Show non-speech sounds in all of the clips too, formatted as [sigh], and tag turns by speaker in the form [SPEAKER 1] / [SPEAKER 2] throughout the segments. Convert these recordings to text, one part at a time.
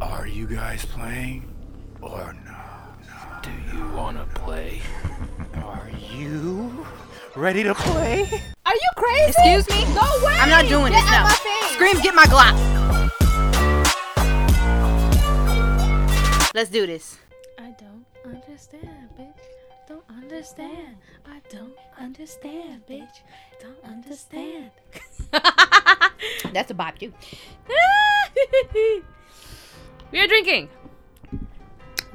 [SPEAKER 1] Are you guys playing or no? Do you want to play? Are you ready to play?
[SPEAKER 2] Are you crazy?
[SPEAKER 3] Excuse me?
[SPEAKER 2] Go away.
[SPEAKER 3] I'm not doing
[SPEAKER 2] Get
[SPEAKER 3] this. No.
[SPEAKER 2] out my face.
[SPEAKER 3] Scream, get my Glock. Let's do this.
[SPEAKER 4] I don't understand, bitch. Don't understand. I don't understand, bitch. Don't understand.
[SPEAKER 2] [laughs]
[SPEAKER 4] [laughs]
[SPEAKER 2] That's a bop too.
[SPEAKER 4] we are drinking.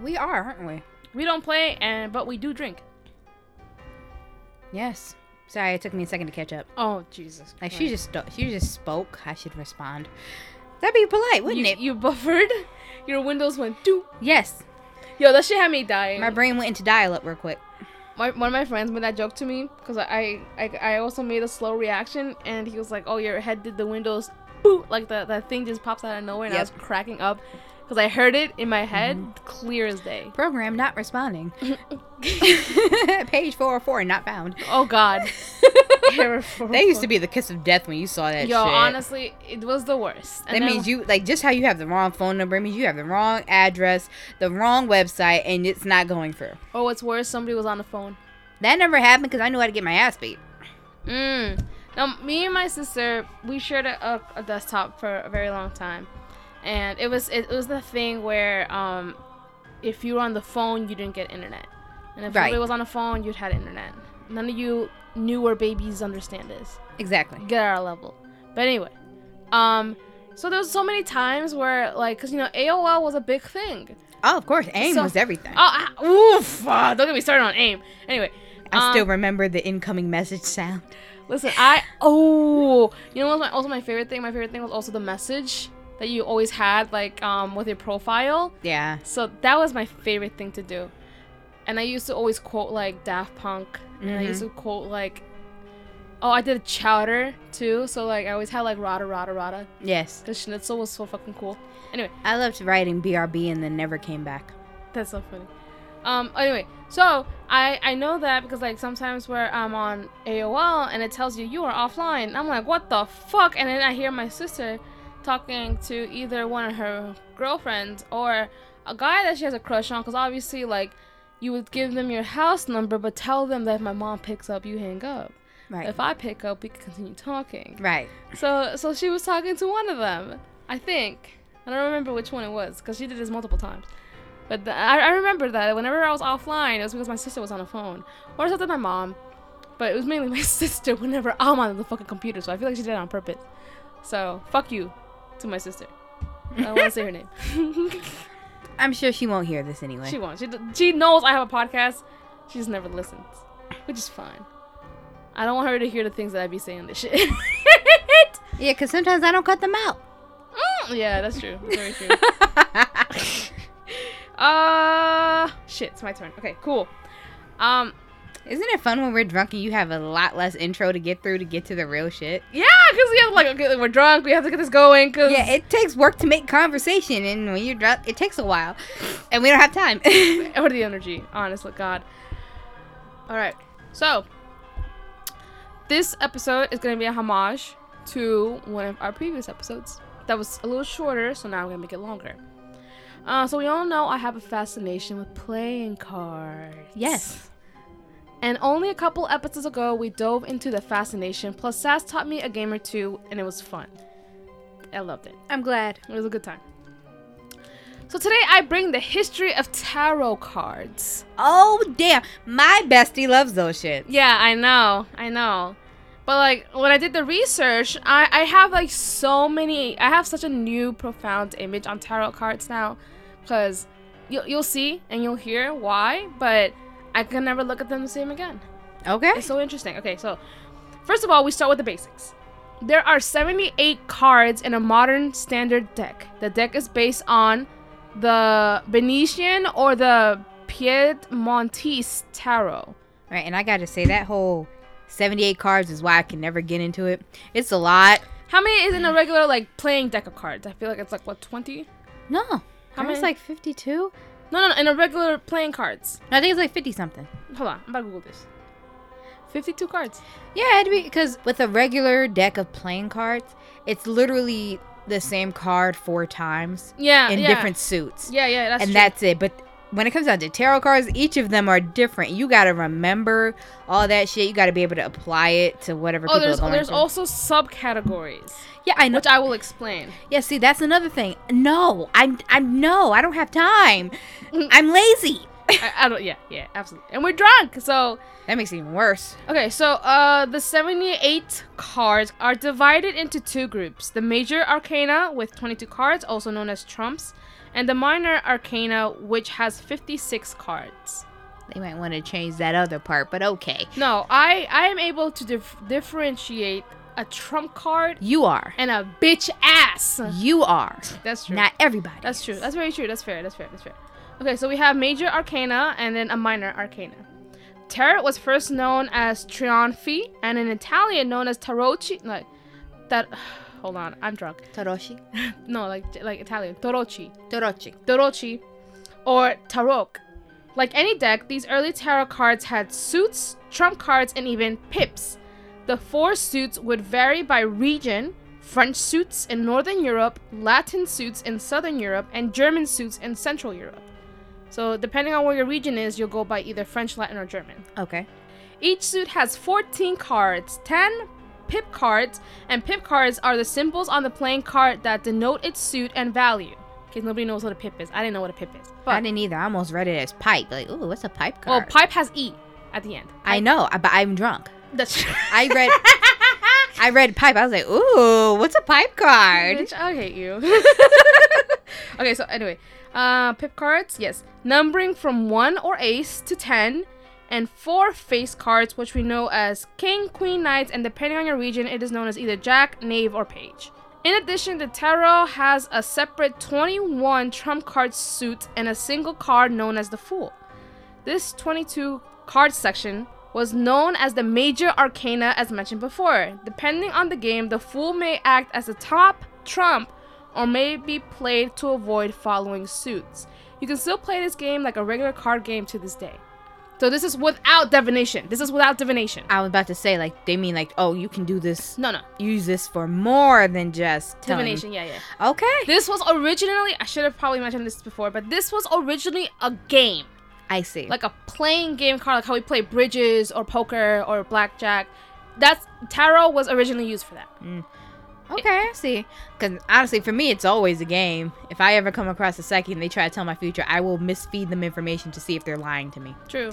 [SPEAKER 2] We are, aren't we?
[SPEAKER 4] We don't play, and but we do drink.
[SPEAKER 2] Yes. Sorry, it took me a second to catch up.
[SPEAKER 4] Oh Jesus!
[SPEAKER 2] Like she just sto- she just spoke. I should respond. That'd be polite, wouldn't
[SPEAKER 4] you,
[SPEAKER 2] it?
[SPEAKER 4] you buffered. [laughs] Your windows went doo.
[SPEAKER 2] yes.
[SPEAKER 4] Yo, that shit had me dying.
[SPEAKER 2] My brain went into dial-up real quick.
[SPEAKER 4] my, one of my friends made that joke to me because I, I I also made a slow reaction and he was like, "Oh, your head did the windows, boop, like the that thing just pops out of nowhere," and I was cracking up because I heard it in my head,
[SPEAKER 2] Mm-hmm.
[SPEAKER 4] clear as day.
[SPEAKER 2] Program not
[SPEAKER 4] [laughs]
[SPEAKER 2] responding. [laughs] Page 404 not found. [laughs]
[SPEAKER 4] Oh God,
[SPEAKER 2] That used to be the kiss of death when you saw that
[SPEAKER 4] Yo,
[SPEAKER 2] shit.
[SPEAKER 4] honestly, it was the worst.
[SPEAKER 2] that means you like just how you have the wrong phone number. It means you have the wrong address, the wrong website, and it's not going through.
[SPEAKER 4] Oh, what's worse? Somebody was on the phone.
[SPEAKER 2] That never happened because I knew how to get my ass beat.
[SPEAKER 4] Mm. Now, me and my sister, we shared a, a, a desktop for a very long time, and it was it, was the thing where um, if you were on the phone, you didn't get internet, and if
[SPEAKER 2] Right.
[SPEAKER 4] nobody was on the phone, you'd had internet. None of you knew where babies understand this.
[SPEAKER 2] Exactly.
[SPEAKER 4] Get our level. But anyway, um, so there was so many times where like, cause you know AOL was a big thing.
[SPEAKER 2] Oh, of course, aim
[SPEAKER 4] So-
[SPEAKER 2] was everything.
[SPEAKER 4] Oh, I, oof! ah, don't get me started on AIM. Anyway,
[SPEAKER 2] I
[SPEAKER 4] um,
[SPEAKER 2] still remember the incoming message sound.
[SPEAKER 4] Listen, I oh, you know what? was My, also, my favorite thing. My favorite thing was also the message that you always had, like um, with your profile.
[SPEAKER 2] Yeah.
[SPEAKER 4] So that was my favorite thing to do, and I used to always quote like Daft Punk, and I used to quote like, oh, I did chowder too. So like, I always had like rada rada rada
[SPEAKER 2] Yes.
[SPEAKER 4] because schnitzel was so fucking cool. Anyway,
[SPEAKER 2] I loved writing BRB and then never came back.
[SPEAKER 4] That's so funny. Um. Anyway, so I I know that because like sometimes where I'm on AOL and it tells you you are offline. I'm like, what the fuck? And then I hear my sister talking to either one of her girlfriends or a guy that she has a crush on. Because obviously, like, you would give them your house number, but tell them that if my mom picks up, you hang up.
[SPEAKER 2] Right.
[SPEAKER 4] If I pick up, we can continue talking.
[SPEAKER 2] Right.
[SPEAKER 4] So so she was talking to one of them, I think. I don't remember which one it was because she did this multiple times. But the, I, I remember that whenever I was offline, it was because my sister was on the phone or something my mom. But it was mainly [laughs] my sister whenever I'm on the fucking computer, so I feel like she did it on purpose. So fuck you to my sister. I don't want to say her name. [laughs]
[SPEAKER 2] I'm sure she won't hear this anyway.
[SPEAKER 4] She won't. She, d- she knows I have a podcast. She just never listens, which is fine. I don't want her to hear the things that I be saying on this shit. [laughs]
[SPEAKER 2] Yeah, because sometimes I don't cut them out.
[SPEAKER 4] Mm, yeah, that's true. That's very true.
[SPEAKER 2] [laughs]
[SPEAKER 4] [laughs] uh, shit, it's my turn. Okay, cool. Um,
[SPEAKER 2] Isn't it fun when we're drunk and you have a lot less intro to get through to get to the real shit?
[SPEAKER 4] yeah, because we have like okay, we're drunk, we have to get this going. Cause
[SPEAKER 2] Yeah, it takes work to make conversation, and when you're drunk, it takes a while, and we don't have time. [laughs]
[SPEAKER 4] [laughs] or the energy, honestly, God. All right, so this episode is gonna be a homage to one of our previous episodes that was a little shorter, so now we're gonna make it longer. Uh, so we all know I have a fascination with playing cards.
[SPEAKER 2] yes.
[SPEAKER 4] And only a couple episodes ago, we dove into the fascination. Plus, Sass taught me a game or two, and it was fun. I loved it.
[SPEAKER 2] I'm glad.
[SPEAKER 4] It was a good time. So today, I bring the history of tarot cards.
[SPEAKER 2] Oh damn, my bestie loves those shit.
[SPEAKER 4] Yeah, I know, I know. But like when I did the research, I, I have like so many. I have such a new, profound image on tarot cards now, because you you'll see and you'll hear why. But I can never look at them the same again.
[SPEAKER 2] Okay.
[SPEAKER 4] It's so interesting. Okay, so first of all, we start with the basics. There are 78 cards in a modern standard deck. The deck is based on the Venetian or the Piedmontese tarot.
[SPEAKER 2] Right, and I gotta say that whole 78 cards is why I can never get into it. It's a lot.
[SPEAKER 4] How many is in a regular like playing deck of cards? I feel like it's like what 20?
[SPEAKER 2] No. I think
[SPEAKER 4] many?
[SPEAKER 2] It's like 52.
[SPEAKER 4] No, no, no, in a regular playing cards.
[SPEAKER 2] No, I think it's like 50 something.
[SPEAKER 4] Hold on, I'm about to Google this. 52 cards.
[SPEAKER 2] Yeah, it'd be because with a regular deck of playing cards, it's literally the same card four times
[SPEAKER 4] Yeah,
[SPEAKER 2] in
[SPEAKER 4] Uh, yeah.
[SPEAKER 2] different suits.
[SPEAKER 4] Yeah, yeah, that's
[SPEAKER 2] and
[SPEAKER 4] true.
[SPEAKER 2] that's it. But when it comes down to tarot cards, each of them are different. You got to remember all that shit. You got to be able to apply it to whatever
[SPEAKER 4] oh,
[SPEAKER 2] people
[SPEAKER 4] there's
[SPEAKER 2] are going
[SPEAKER 4] there's
[SPEAKER 2] through.
[SPEAKER 4] also subcategories,
[SPEAKER 2] yeah, I know.
[SPEAKER 4] which I will explain.
[SPEAKER 2] Yeah, see, that's another thing. No, I'm, I'm, no, I don't have
[SPEAKER 4] [laughs]
[SPEAKER 2] time. I'm lazy.
[SPEAKER 4] I, I don't. Yeah, yeah, absolutely. And we're drunk, so
[SPEAKER 2] That makes it even worse.
[SPEAKER 4] Okay, so uh, the 78 cards are divided into two groups the major arcana with 22 cards, also known as trumps, and the minor arcana, which has 56 cards.
[SPEAKER 2] They might want to change that other part, but okay.
[SPEAKER 4] No, I, I am able to dif- differentiate a trump card
[SPEAKER 2] You are.
[SPEAKER 4] and a bitch ass.
[SPEAKER 2] You are.
[SPEAKER 4] That's true.
[SPEAKER 2] Not everybody.
[SPEAKER 4] That's true.
[SPEAKER 2] is.
[SPEAKER 4] That's very true. That's fair. That's fair. That's fair. Okay, so we have major arcana and then a minor arcana. Tarot was first known as Trionfi and in Italian known as Tarocci. Like that. [sighs] Hold on, I'm drunk. [laughs]
[SPEAKER 2] Toroshi.
[SPEAKER 4] No, like like Italian Tarocci,
[SPEAKER 2] Torochi.
[SPEAKER 4] Tarocci, or Tarok. Like any deck, these early tarot cards had suits, trump cards, and even pips. The four suits would vary by region French suits in Northern Europe, Latin suits in Southern Europe, and German suits in Central Europe. So, depending on where your region is, you'll go by either French, Latin, or German.
[SPEAKER 2] Okay.
[SPEAKER 4] Each suit has 14 cards, 10 pip cards, and pip cards are the symbols on the playing card that denote its suit and value. Because nobody knows what a pip is. I didn't know what a pip is.
[SPEAKER 2] I
[SPEAKER 4] But
[SPEAKER 2] didn't either. I almost read it as pipe. Like, ooh, what's a pipe
[SPEAKER 4] well,
[SPEAKER 2] card?
[SPEAKER 4] pipe has e at the end.
[SPEAKER 2] I know, I- but I'm drunk.
[SPEAKER 4] That's
[SPEAKER 2] I read. I read pipe. I was like, ooh, what's a pipe card?
[SPEAKER 4] Bitch, I hate you. [laughs] okay, so anyway, uh, pip cards, yes, numbering from one or ace to ten, and four face cards, which we know as king, queen, knights, and depending on your region, it is known as either jack, knave, or page. In addition, the tarot has a separate 21 trump card suit and a single card known as the fool. This 22 card section was known as the Major Arcana, as mentioned before. Depending on the game, the Fool may act as a top trump or may be played to avoid following suits. You can still play this game like a regular card game to this day. So, this is without divination. This is without divination.
[SPEAKER 2] I was about to say, like, they mean like, oh, you can do this.
[SPEAKER 4] No, no.
[SPEAKER 2] Use this for more than just telling-
[SPEAKER 4] Divination, yeah, yeah.
[SPEAKER 2] Okay.
[SPEAKER 4] This was originally, I should have probably mentioned this before, but this was originally a game.
[SPEAKER 2] I see.
[SPEAKER 4] like a playing game card, like how we play bridges or poker or blackjack. That's tarot was originally used for that.
[SPEAKER 2] Okay, I see. Because honestly, for me, it's always a game. If I ever come across a psychic and they try to tell my future, I will misfeed them information to see if they're lying to me.
[SPEAKER 4] True,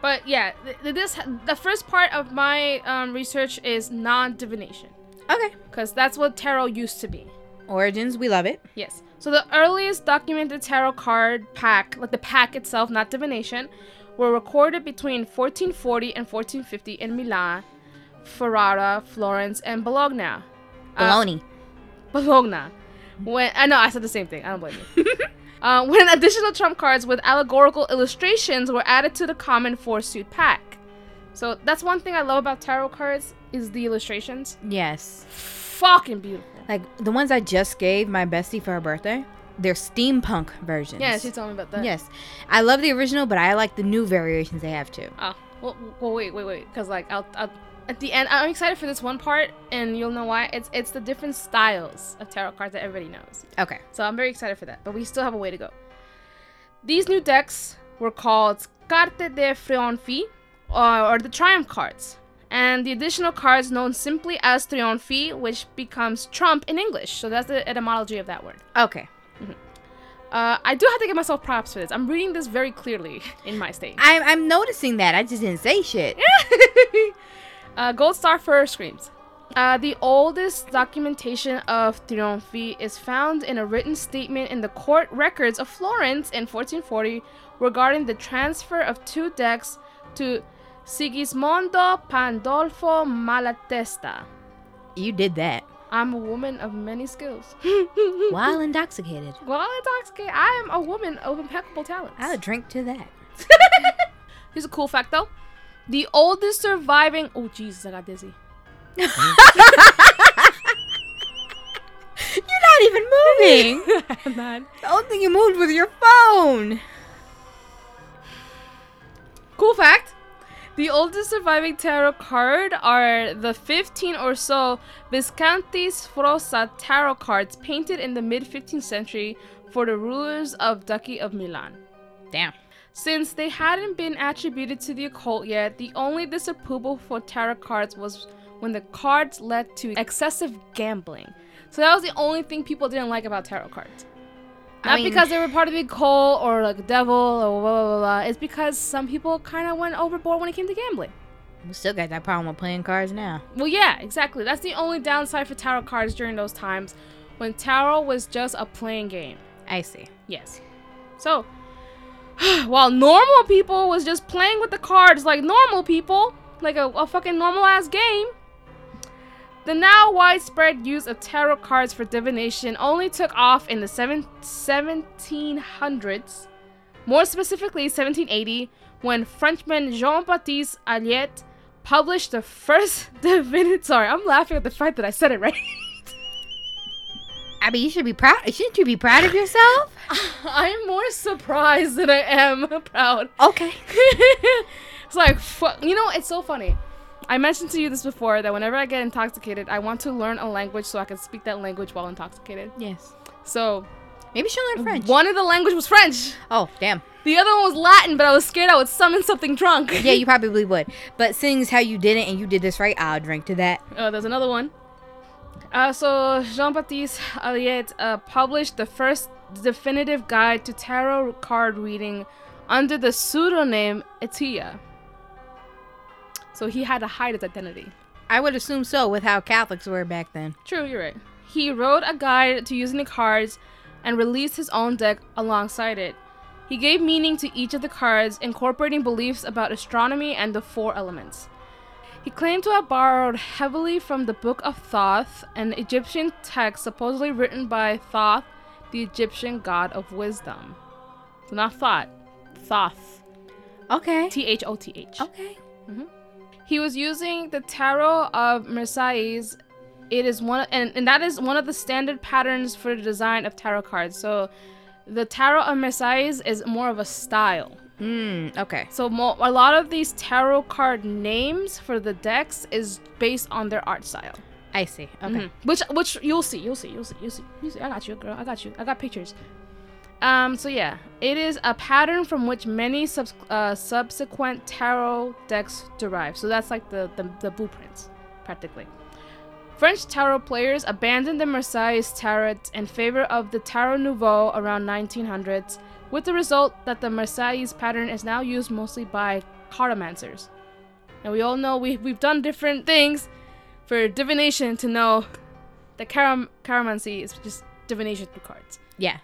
[SPEAKER 4] but yeah, th- th- this the first part of my um, research is non-divination
[SPEAKER 2] Okay.
[SPEAKER 4] because that's what tarot used to be.
[SPEAKER 2] Origins, we love it.
[SPEAKER 4] Yes. So the earliest documented tarot card pack, like the pack itself, not divination, were recorded between 1440 and 1450 in Milan, Ferrara, Florence, and Bologna. Uh,
[SPEAKER 2] Baloney.
[SPEAKER 4] Bologna. When I know I said the same thing. I don't blame you. uh, when additional trump cards with allegorical illustrations were added to the common four suit pack. So that's one thing I love about tarot cards is the illustrations.
[SPEAKER 2] yes.
[SPEAKER 4] Fucking beautiful.
[SPEAKER 2] Like the ones I just gave my bestie for her birthday, they're steampunk versions.
[SPEAKER 4] Yeah, she told me about that.
[SPEAKER 2] Yes. I love the original, but I like the new variations they have too.
[SPEAKER 4] Oh, well, well wait, wait, wait, because like I'll, I'll, at the end, I'm excited for this one part, and you'll know why. It's it's the different styles of tarot cards that everybody knows.
[SPEAKER 2] Okay.
[SPEAKER 4] So I'm very excited for that, but we still have a way to go. These new decks were called Carte de Triomphe, or, or the Triumph cards, and the additional cards known simply as Triomphe, which becomes Trump in English. So that's the etymology of that word.
[SPEAKER 2] Okay.
[SPEAKER 4] Uh, I do have to give myself props for this. I'm reading this very clearly [laughs] in my state.
[SPEAKER 2] I'm, I'm noticing that. I just didn't say shit.
[SPEAKER 4] Uh, gold star for screams. Uh, the oldest documentation of Trionfi is found in a written statement in the court records of Florence in 1440 regarding the transfer of two decks to Sigismondo Pandolfo Malatesta.
[SPEAKER 2] You did [laughs] that.
[SPEAKER 4] I'm a woman of many skills. [laughs]
[SPEAKER 2] While intoxicated.
[SPEAKER 4] well, intoxicated, I am a woman of impeccable talents.
[SPEAKER 2] I'll drink to that.
[SPEAKER 4] Here's a cool fact though. The oldest surviving. Oh, Jesus, I got dizzy. [laughs]
[SPEAKER 2] You're not even [laughs] moving.
[SPEAKER 4] I'm not.
[SPEAKER 2] the only thing you moved was your phone.
[SPEAKER 4] Cool fact The oldest surviving tarot card are the 15 or so Visconti's Frosa tarot cards painted in the mid 15th century for the rulers of Duchy of Milan.
[SPEAKER 2] Damn.
[SPEAKER 4] Since they hadn't been attributed to the occult yet, the only disapproval for tarot cards was when the cards led to excessive gambling. So that was the only thing people didn't like about tarot cards.
[SPEAKER 2] I
[SPEAKER 4] Not
[SPEAKER 2] mean-
[SPEAKER 4] because they were part of the occult or like the devil or blah blah blah. blah. It's because some people kind of went overboard when it came to gambling.
[SPEAKER 2] We still got that problem with playing cards now.
[SPEAKER 4] Well, yeah, exactly. That's the only downside for tarot cards during those times when tarot was just a playing game.
[SPEAKER 2] I see.
[SPEAKER 4] Yes. So, [sighs] while normal people was just playing with the cards like normal people, like a, a fucking normal ass game, the now widespread use of tarot cards for divination only took off in the seven, 1700s, more specifically 1780, when Frenchman Jean Baptiste Alliot published the first [laughs] divinity. Sorry, I'm laughing at the fact that I said it right. [laughs]
[SPEAKER 2] I mean, you should be proud. Shouldn't you be proud of yourself?
[SPEAKER 4] I'm more surprised than I am [laughs] proud.
[SPEAKER 2] [laughs] okay.
[SPEAKER 4] [laughs] it's like, fuck. You know, it's so funny. I mentioned to you this before that whenever I get intoxicated, I want to learn a language so I can speak that language while intoxicated.
[SPEAKER 2] Yes.
[SPEAKER 4] So,
[SPEAKER 2] Maybe she'll learn French.
[SPEAKER 4] one of the language was French.
[SPEAKER 2] Oh, damn.
[SPEAKER 4] The other one was Latin, but I was scared I would summon something drunk.
[SPEAKER 2] Yeah, you probably would. But seeing as how you did it and you did this right, I'll drink to that.
[SPEAKER 4] [laughs] Oh, there's another one. Uh, so Jean-Baptiste Alliot uh, published the first definitive guide to tarot card reading under the pseudonym Etia. So he had to hide his identity.
[SPEAKER 2] I would assume so with how Catholics were back then.
[SPEAKER 4] True, you're right. He wrote a guide to using the cards and released his own deck alongside it. He gave meaning to each of the cards, incorporating beliefs about astronomy and the four elements. He claimed to have borrowed heavily from the Book of Thoth, an Egyptian text supposedly written by Thoth, the Egyptian god of wisdom. So not Thoth, Thoth,
[SPEAKER 2] Okay.
[SPEAKER 4] T H O T H.
[SPEAKER 2] Okay.
[SPEAKER 4] He was using the tarot of Mercedes. It is one and, and that is one of the standard patterns for the design of tarot cards. So the tarot of Mercedes is more of a style.
[SPEAKER 2] Mm, okay.
[SPEAKER 4] So mo- a lot of these tarot card names for the decks is based on their art style.
[SPEAKER 2] I see. Okay.
[SPEAKER 4] Mhm. Which which you'll see, you'll see, you'll see, you'll see, you'll see. I got you, girl. I got you. I got pictures. Um. So yeah, it is a pattern from which many subs- uh, subsequent tarot decks derive. So that's like the the, the blueprints, practically. French tarot players abandoned the Marseilles tarot in favor of the Tarot Nouveau around 1900s, with the result that the Marseilles pattern is now used mostly by cartomancers. And we all know we, we've done different things for divination to know that carom- caromancy is just divination through cards.
[SPEAKER 2] Yeah.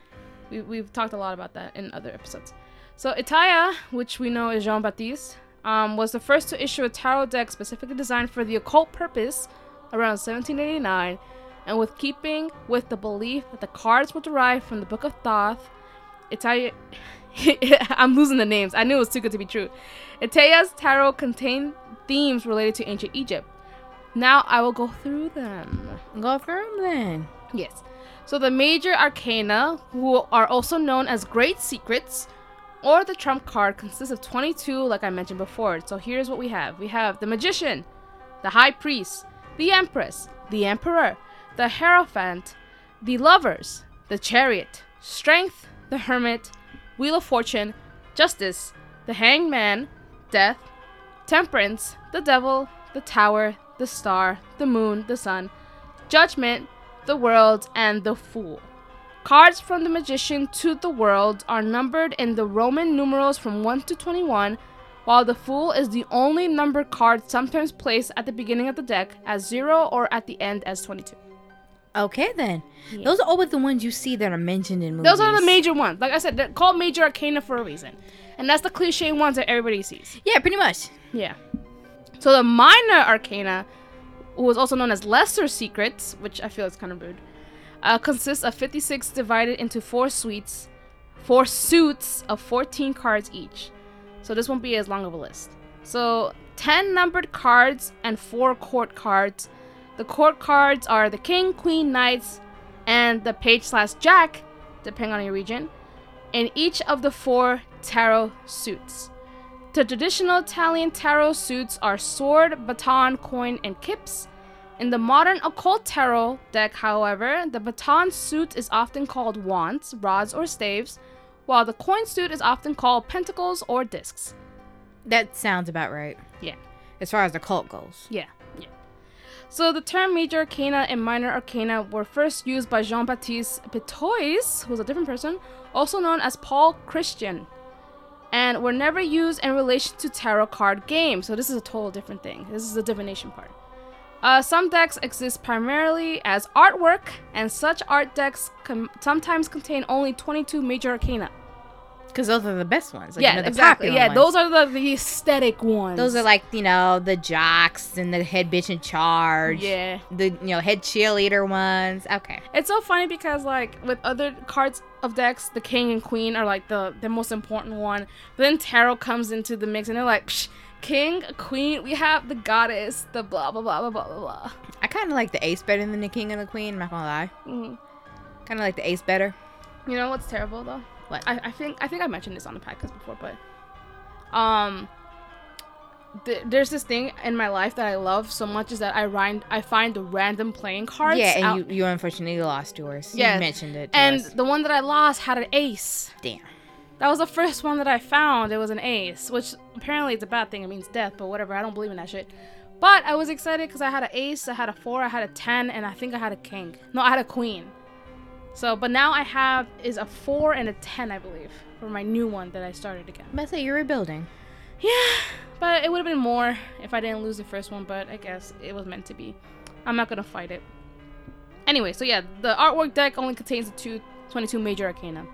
[SPEAKER 4] We, we've talked a lot about that in other episodes. So Itaya, which we know is Jean Baptiste, um, was the first to issue a tarot deck specifically designed for the occult purpose around 1789, and with keeping with the belief that the cards were derived from the Book of Thoth. Itaya, [laughs] I'm losing the names. I knew it was too good to be true. Itaya's tarot contained themes related to ancient Egypt. Now I will go through them.
[SPEAKER 2] Go through 'em then.
[SPEAKER 4] Yes. So the major arcana, who are also known as great secrets, or the trump card, consists of 22, like I mentioned before. So here's what we have we have the magician, the high priest, the empress, the emperor, the hierophant, the lovers, the chariot, strength, the hermit, wheel of fortune, justice, the hangman, death, temperance, the devil, the tower, the star, the moon, the sun, Judgment, the World, and the Fool. Cards from the Magician to the World are numbered in the Roman numerals from 1 to 21, while the Fool is the only numbered card sometimes placed at the beginning of the deck as 0 or at the end as 22.
[SPEAKER 2] Okay then. Those are always the ones you see that are mentioned in movies.
[SPEAKER 4] Those are the major ones. Like I said, they're called major arcana for a reason. And that's the cliche ones that everybody sees.
[SPEAKER 2] Yeah, pretty much.
[SPEAKER 4] Yeah. So the minor arcana, who is also known as lesser secrets, which I feel is kind of rude, uh, consists of 56 divided into four suites, four suits of 14 cards each. So this won't be as long of a list. So 10 numbered cards and four court cards. The court cards are the king, queen, knights, and the page slash jack, depending on your region, in each of the four tarot suits. The traditional Italian tarot suits are sword, baton, coin, and kips. In the modern occult tarot deck, however, the baton suit is often called wands, rods, or staves, while the coin suit is often called pentacles or discs.
[SPEAKER 2] That sounds about right.
[SPEAKER 4] Yeah.
[SPEAKER 2] As far as the cult goes.
[SPEAKER 4] Yeah, yeah. So the term major arcana and minor arcana were first used by Jean Baptiste Pitois, who's a different person, also known as Paul Christian, and were never used in relation to tarot card games. So this is a total different thing. This is the divination part. Uh, some decks exist primarily as artwork, and such art decks com- sometimes contain only 22 major arcana.
[SPEAKER 2] Because those are the best ones. Like, you
[SPEAKER 4] yeah,
[SPEAKER 2] know, the
[SPEAKER 4] exactly.
[SPEAKER 2] popular
[SPEAKER 4] Yeah,
[SPEAKER 2] ones.
[SPEAKER 4] those are the, the aesthetic ones.
[SPEAKER 2] Those are like, you know, the jocks and the head bitch in charge.
[SPEAKER 4] Yeah.
[SPEAKER 2] The, you know, head cheerleader ones. Okay.
[SPEAKER 4] It's so funny because like with other cards of decks, the king and queen are like the the most important one. But then tarot comes into the mix and they're like, Psh, king, queen, we have the goddess, the blah blah blah blah blah blah. blah.
[SPEAKER 2] I kind of like the ace better than the king and the queen, I'm not going to lie.
[SPEAKER 4] Mm.
[SPEAKER 2] Kind of like the ace better.
[SPEAKER 4] You know what's terrible though?
[SPEAKER 2] What?
[SPEAKER 4] I, I think I think I mentioned this on the podcast before, but um, th- there's this thing in my life that I love so much is that I rind- I find the random playing cards.
[SPEAKER 2] yeah, and
[SPEAKER 4] out-
[SPEAKER 2] you, you unfortunately lost yours.
[SPEAKER 4] Yeah,
[SPEAKER 2] You mentioned it. To
[SPEAKER 4] and
[SPEAKER 2] us.
[SPEAKER 4] the one that I lost had an ace.
[SPEAKER 2] Damn.
[SPEAKER 4] That was the first one that I found. It was an ace, which apparently it's a bad thing. It means death, but whatever. I don't believe in that shit. But I was excited because I had an ace, I had a four, I had a ten, and I think I had a king. No, I had a queen. So, but now I have is a four and a ten, I believe, for my new one that I started again.
[SPEAKER 2] But say you're rebuilding.
[SPEAKER 4] Yeah, but it would have been more if I didn't lose the first one, but I guess it was meant to be. I'm not gonna fight it. Anyway, so yeah, the artwork deck only contains the two 22 major arcana.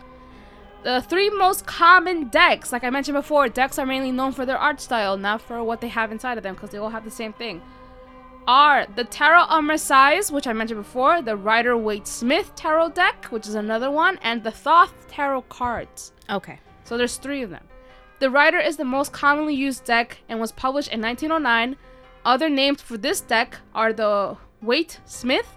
[SPEAKER 4] The three most common decks, like I mentioned before, decks are mainly known for their art style, not for what they have inside of them, because they all have the same thing. Are the Tarot of Marseilles, which I mentioned before, the Rider Waite Smith Tarot deck, which is another one, and the Thoth Tarot cards.
[SPEAKER 2] Okay.
[SPEAKER 4] So there's three of them. The Rider is the most commonly used deck and was published in 1909. Other names for this deck are the Waite Smith,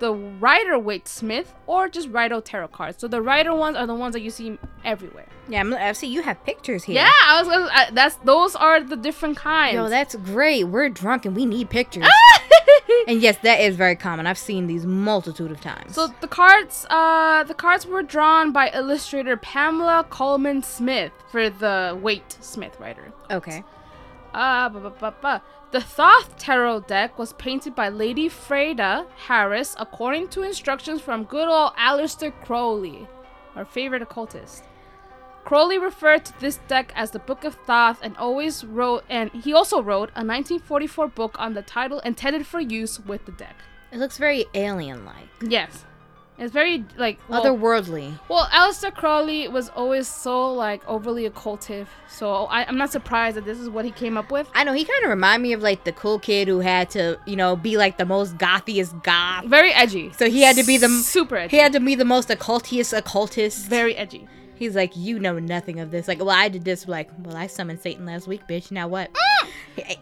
[SPEAKER 4] the Rider Waite Smith, or just Rider Tarot cards. So the Rider ones are the ones that you see everywhere.
[SPEAKER 2] Yeah, I'm, I see you have pictures here.
[SPEAKER 4] Yeah, I was gonna. I, that's those are the different kinds.
[SPEAKER 2] Yo, that's great. We're drunk and we need [laughs] pictures. and yes, that is very common. I've seen these multitude of times.
[SPEAKER 4] So the cards, uh, the cards were drawn by illustrator Pamela Coleman Smith for the Waite Smith Rider.
[SPEAKER 2] okay.
[SPEAKER 4] Ah, ba, ba, ba, ba. The Thoth Tarot deck was painted by Lady Freda Harris according to instructions from good old Aleister Crowley, our favorite occultist. Crowley referred to this deck as the Book of Thoth and always wrote and he also wrote a 1944 book on the title intended for use with the deck.
[SPEAKER 2] It looks very alien-like,
[SPEAKER 4] Yes. It's very like well,
[SPEAKER 2] otherworldly.
[SPEAKER 4] well, Aleister Crowley was always so like overly occultive, so I, I'm not surprised that this is what he came up with.
[SPEAKER 2] I know he kind of remind me of like the cool kid who had to, you know, be like the most gothiest goth.
[SPEAKER 4] Very edgy.
[SPEAKER 2] So he had to be the
[SPEAKER 4] super edgy.
[SPEAKER 2] he had to be the most occultiest occultist.
[SPEAKER 4] very edgy.
[SPEAKER 2] He's like, you know nothing of this. Like, well, I did this. Like, well, I summoned Satan last week, bitch. Now what? Mm.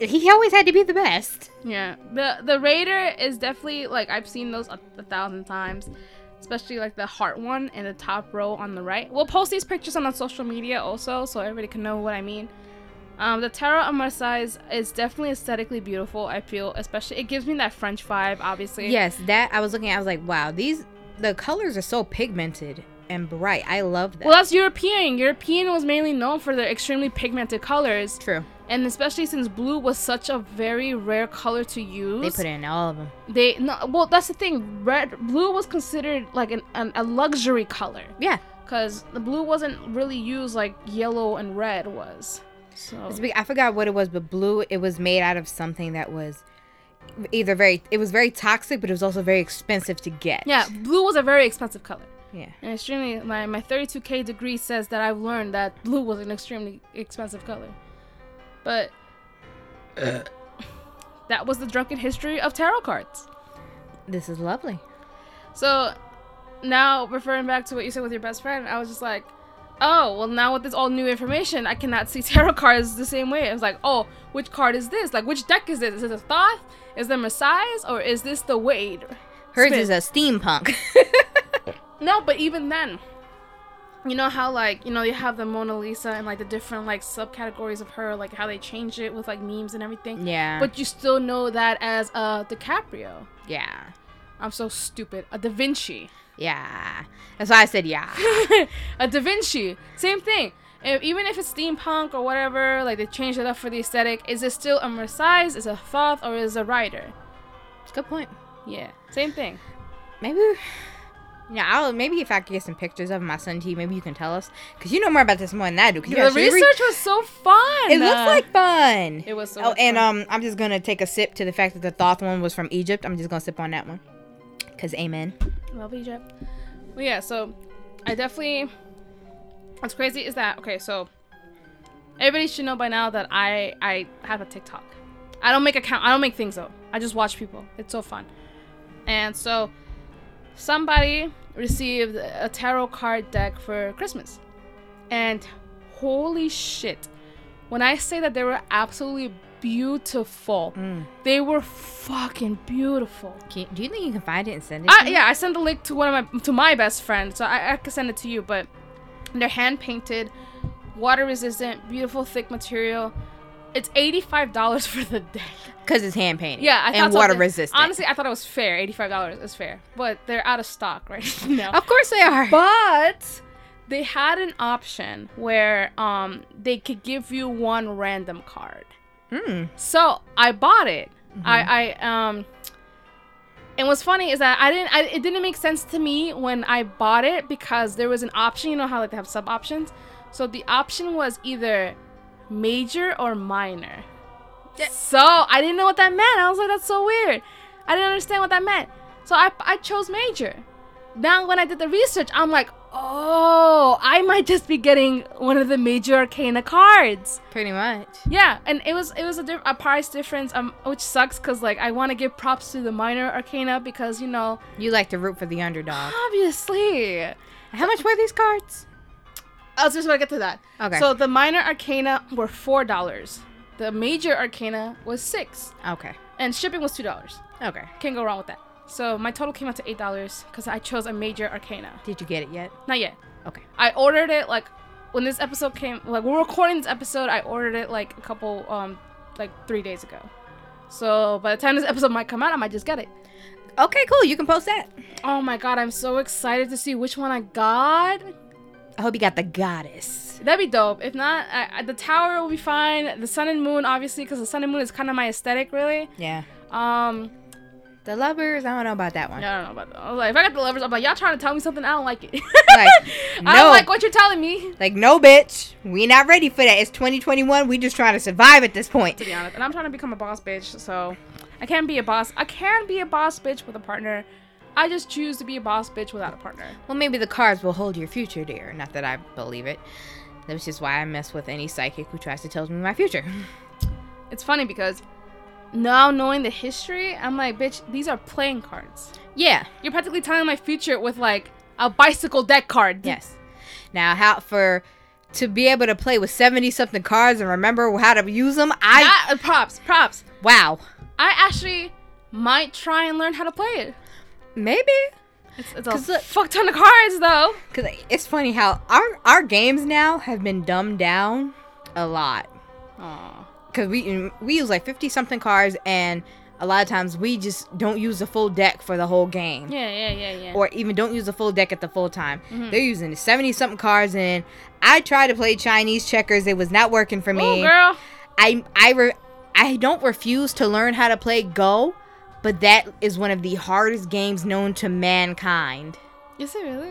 [SPEAKER 2] He, he always had to be the best.
[SPEAKER 4] Yeah. The the Raider is definitely like I've seen those a, a thousand times. Especially like the heart one in the top row on the right. We'll post these pictures on our social media also so everybody can know what I mean. Um, the Terra of Marseilles is definitely aesthetically beautiful, I feel, especially it gives me that French vibe, obviously.
[SPEAKER 2] Yes, that I was looking. at, I was like, wow, these the colors are so pigmented and bright. I love that.
[SPEAKER 4] Well that's European. European was mainly known for their extremely pigmented colors.
[SPEAKER 2] true.
[SPEAKER 4] And especially since blue was such a very rare color to use.
[SPEAKER 2] They put in all of them.
[SPEAKER 4] They no well that's the thing. Red blue was considered like an, an a luxury color
[SPEAKER 2] Yeah,
[SPEAKER 4] because the blue wasn't really used like yellow and red was. So
[SPEAKER 2] It's be- I forgot what it was, but blue. It was made out of something that was either very. It was very toxic, but it was also very expensive to get.
[SPEAKER 4] yeah, blue was a very expensive color.
[SPEAKER 2] Yeah.
[SPEAKER 4] And extremely my my 32k degree says that I've learned that blue was an extremely expensive color. But [laughs] that was the drunken history of tarot cards.
[SPEAKER 2] This is lovely.
[SPEAKER 4] So now referring back to what you said with your best friend, I was just like, oh, well now with this all new information, I cannot see [laughs] tarot cards the same way. I was like, oh, which card is this? Like which deck is this? Is it a Thoth? Is it Messiah's? Or is this the Wade?
[SPEAKER 2] Hers [laughs]
[SPEAKER 4] Spin.
[SPEAKER 2] is a steampunk.
[SPEAKER 4] No, but even then, you know how like you know you have the Mona Lisa and like the different like subcategories of her, like how they change it with like memes and everything.
[SPEAKER 2] Yeah.
[SPEAKER 4] But you still know that as uh DiCaprio.
[SPEAKER 2] yeah.
[SPEAKER 4] I'm so stupid. A Da Vinci.
[SPEAKER 2] Yeah. That's why I said yeah.
[SPEAKER 4] [laughs] a Da Vinci. Same thing. If, even if it's steampunk or whatever, like they changed it up for the aesthetic, is it still a Versailles, is it a Thoth, or is it a Rider?
[SPEAKER 2] Good point.
[SPEAKER 4] Yeah, same thing.
[SPEAKER 2] Maybe. Yeah, I'll maybe if I could get some pictures of my son to you, maybe you can tell us, cause you know more about this more than I do. 'cause you
[SPEAKER 4] the
[SPEAKER 2] actually
[SPEAKER 4] research
[SPEAKER 2] re-
[SPEAKER 4] was so fun.
[SPEAKER 2] it looks like fun.
[SPEAKER 4] it was so.
[SPEAKER 2] oh, and um, I'm just gonna take a sip to the fact that the Thoth one was from Egypt. I'm just gonna sip on that one, cause amen.
[SPEAKER 4] love Egypt. Well, yeah. So, I definitely. What's crazy is that okay. So, everybody should know by now that I I have a TikTok. I don't make account. I don't make things though. I just watch people. It's so fun. And so, somebody received a tarot card deck for Christmas, and holy shit, when I say that they were absolutely beautiful, they were fucking beautiful.
[SPEAKER 2] Can, do you think you can find it and send it?
[SPEAKER 4] I,
[SPEAKER 2] to me?
[SPEAKER 4] yeah, I sent the link to one of my to my best friend, so I, I could send it to you. But they're hand painted, water resistant, beautiful thick material. It's eighty five dollars [laughs] for the day.
[SPEAKER 2] Cause it's hand painted.
[SPEAKER 4] Yeah, I
[SPEAKER 2] and
[SPEAKER 4] thought
[SPEAKER 2] water
[SPEAKER 4] so.
[SPEAKER 2] resistant.
[SPEAKER 4] Honestly, I thought it was fair. Eighty five dollars is fair, but they're out of stock right [laughs] now.
[SPEAKER 2] of course they are.
[SPEAKER 4] But they had an option where um they could give you one random card.
[SPEAKER 2] Mm.
[SPEAKER 4] So I bought it. I, I um and what's funny is that I didn't I, it didn't make sense to me when I bought it because there was an option, you know how like they have sub options. So the option was either major or minor. So I didn't know what that meant. I was like, that's so weird. I didn't understand what that meant. So I, I chose major. Now when I did the research, I'm like, oh, I might just be getting one of the major arcana cards.
[SPEAKER 2] Pretty much.
[SPEAKER 4] Yeah, and it was it was a, diff- a price difference, um, which sucks because like I want to give props to the minor arcana because you know
[SPEAKER 2] You like to root for the underdog.
[SPEAKER 4] obviously Oh, I
[SPEAKER 2] How much were these cards?
[SPEAKER 4] was just about to get to that.
[SPEAKER 2] Okay.
[SPEAKER 4] So the minor arcana were four dollars, the major arcana was six,
[SPEAKER 2] Okay.
[SPEAKER 4] and shipping was two dollars.
[SPEAKER 2] Okay.
[SPEAKER 4] Can't go wrong with that. So my total came out to eight dollars because I chose a major arcana.
[SPEAKER 2] Did you get it yet?
[SPEAKER 4] Not yet.
[SPEAKER 2] Okay.
[SPEAKER 4] I ordered it like when this episode came like we're recording this episode, I ordered it like a couple um like three days ago. So by the time this episode might come out, I might just get it.
[SPEAKER 2] Okay, cool. You can post that.
[SPEAKER 4] Oh my god, I'm so excited to see which one I got.
[SPEAKER 2] I hope you got the goddess.
[SPEAKER 4] That'd be dope. If not, I, I- the tower will be fine. The sun and moon, obviously, because the sun and moon is kind of my aesthetic, really.
[SPEAKER 2] Yeah.
[SPEAKER 4] Um,
[SPEAKER 2] The lovers. I don't know about that one.
[SPEAKER 4] yeah, I don't know about that. I was like, if I got the lovers, I'm like, y'all trying to tell me something? I don't like it. [laughs]
[SPEAKER 2] [laughs] Like,
[SPEAKER 4] I
[SPEAKER 2] no.
[SPEAKER 4] don't like what you're telling me.
[SPEAKER 2] Like no, bitch. We not ready for that. It's 2021. We just trying to survive at this point.
[SPEAKER 4] to be honest. And I'm trying to become a boss bitch, so I can't be a boss. I can be a boss bitch with a partner. I just choose to be a boss bitch without a partner.
[SPEAKER 2] Well, maybe the cards will hold your future, dear. Not that I believe it. That's just why I mess with any psychic who tries to tell me my future. [laughs]
[SPEAKER 4] It's funny because now knowing the history, I'm like, bitch, these are playing cards.
[SPEAKER 2] Yeah.
[SPEAKER 4] You're practically telling my future with like a bicycle deck card.
[SPEAKER 2] Yes. Now, how for to be able to play with 70 something cards and remember how to use them? I
[SPEAKER 4] I, uh, props, props.
[SPEAKER 2] wow.
[SPEAKER 4] I actually might try and learn how to play it.
[SPEAKER 2] Maybe
[SPEAKER 4] It's, it's a
[SPEAKER 2] 'Cause look-
[SPEAKER 4] fuck ton of cards though.
[SPEAKER 2] cuz it's funny how our our games now have been dumbed down a lot.
[SPEAKER 4] Aww.
[SPEAKER 2] because we mm, we use like 50 something cards and a lot of times we just don't use the full deck for the whole game
[SPEAKER 4] Yeah, Mm-hmm. yeah, yeah, yeah.
[SPEAKER 2] or even don't use the full deck at the full time they're using 70 something cards and i tried to play chinese checkers it was not working for
[SPEAKER 4] Ooh,
[SPEAKER 2] me
[SPEAKER 4] girl.
[SPEAKER 2] i i re- i don't refuse to learn how to play go but that is one of the hardest games known to mankind
[SPEAKER 4] Is it really?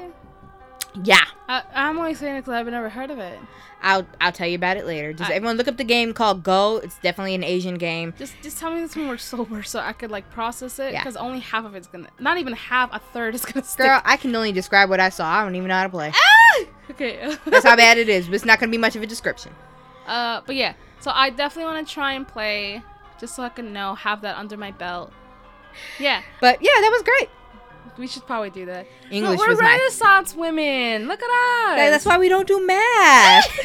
[SPEAKER 2] yeah
[SPEAKER 4] I, I'm only saying it because I've never heard of it.
[SPEAKER 2] I'll, I'll tell you about it later. Just
[SPEAKER 4] I-
[SPEAKER 2] everyone look up the game called Go. It's definitely an Asian game.
[SPEAKER 4] Just just tell me this when we're sober so [laughs] I could like process it
[SPEAKER 2] Yeah.
[SPEAKER 4] because only half of it's gonna not even half a third is gonna stick.
[SPEAKER 2] Girl, I can only describe what I saw. I don't even know how to play.
[SPEAKER 4] [laughs] Okay. [laughs]
[SPEAKER 2] That's how bad it is. But it's not going to be much of a description.
[SPEAKER 4] uh, but yeah, so I definitely want to try and play just so I can know have that under my belt. Yeah,
[SPEAKER 2] But yeah, that was great.
[SPEAKER 4] we should probably do that.
[SPEAKER 2] English
[SPEAKER 4] we're
[SPEAKER 2] was nice.
[SPEAKER 4] Renaissance women. Look at us.
[SPEAKER 2] That- That's why we don't do math.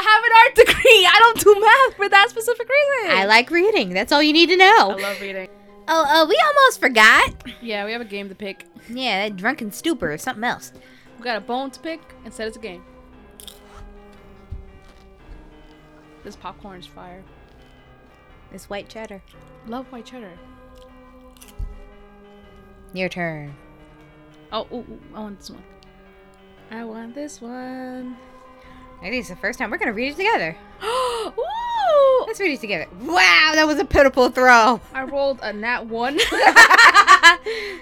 [SPEAKER 4] I have an art degree. I don't do math for that specific reason.
[SPEAKER 2] I like reading. That's all you need to
[SPEAKER 4] I
[SPEAKER 2] know.
[SPEAKER 4] love reading.
[SPEAKER 2] Oh, oh, we almost forgot.
[SPEAKER 4] Yeah, we have a game to pick.
[SPEAKER 2] Yeah, that drunken stupor is something else.
[SPEAKER 4] I'm got a bone to pick and said it's a game. This popcorn is fire.
[SPEAKER 2] It's white cheddar.
[SPEAKER 4] Love white cheddar.
[SPEAKER 2] Your turn.
[SPEAKER 4] Oh, ooh, ooh, I want this one. I want this [gasps] one.
[SPEAKER 2] I think it's the first time we're gonna read it together.
[SPEAKER 4] ooh!
[SPEAKER 2] Let's read it together. Wow, that was a pitiful throw. [laughs]
[SPEAKER 4] I rolled a nat [laughs] one.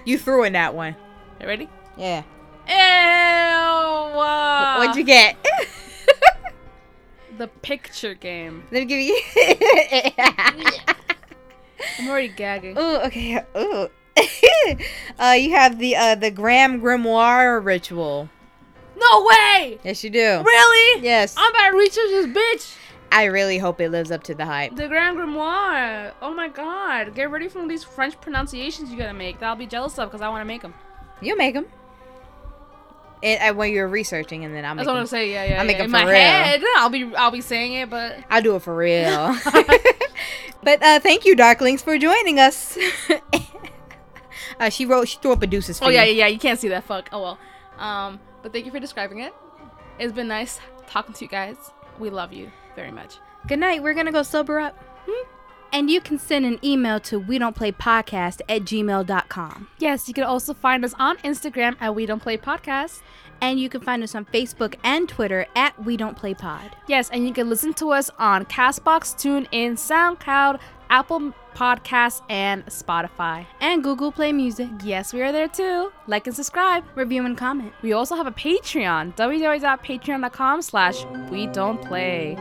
[SPEAKER 2] you threw in that one.
[SPEAKER 4] you ready?
[SPEAKER 2] Yeah.
[SPEAKER 4] Ew! uh,
[SPEAKER 2] What'd you get?
[SPEAKER 4] The picture game.
[SPEAKER 2] [laughs] Let me give you. [laughs]
[SPEAKER 4] I'm already gagging.
[SPEAKER 2] Ooh, okay. [laughs] Ooh. uh, you have the uh, the Graham Grimoire ritual.
[SPEAKER 4] No way!
[SPEAKER 2] Yes, you do.
[SPEAKER 4] Really?
[SPEAKER 2] Yes.
[SPEAKER 4] I'm about to research this bitch.
[SPEAKER 2] I really hope it lives up to the hype.
[SPEAKER 4] The Grand Grimoire. Oh my god. Get ready from these French pronunciations you gotta make. That I'll be jealous of because I want to make them.
[SPEAKER 2] You make them. And uh, when you're researching, and then I'll
[SPEAKER 4] That's
[SPEAKER 2] make
[SPEAKER 4] what
[SPEAKER 2] 'em.
[SPEAKER 4] I'm saying. Yeah, yeah.
[SPEAKER 2] I'll make
[SPEAKER 4] yeah.
[SPEAKER 2] 'em
[SPEAKER 4] In
[SPEAKER 2] for
[SPEAKER 4] my
[SPEAKER 2] real.
[SPEAKER 4] head, I'll be I'll be saying it, but
[SPEAKER 2] I'll do it for
[SPEAKER 4] [laughs]
[SPEAKER 2] real. [laughs] but uh, thank you, Darklings, for joining us. [laughs] uh, she wrote, she threw up a deuces for
[SPEAKER 4] oh
[SPEAKER 2] you.
[SPEAKER 4] yeah, yeah, yeah. You can't see that. Fuck. Oh well. Um, but thank you for describing it. It's been nice talking to you guys. We love you very much.
[SPEAKER 2] Good night. We're gonna go sober up.
[SPEAKER 4] Hmm?
[SPEAKER 3] And you can send an email to we don't play podcast at gmail.com.
[SPEAKER 4] Yes, you can also find us on Instagram at We Don't Play Podcast.
[SPEAKER 3] And you can find us on Facebook and Twitter at We Don't Play Pod.
[SPEAKER 4] Yes, and you can listen to us on Castbox, TuneIn, SoundCloud, Apple Podcasts, and Spotify.
[SPEAKER 3] And Google Play Music.
[SPEAKER 4] Yes, we are there too. Like and subscribe.
[SPEAKER 3] Review and comment.
[SPEAKER 4] We also have a Patreon, www.patreon.com slash we don't play.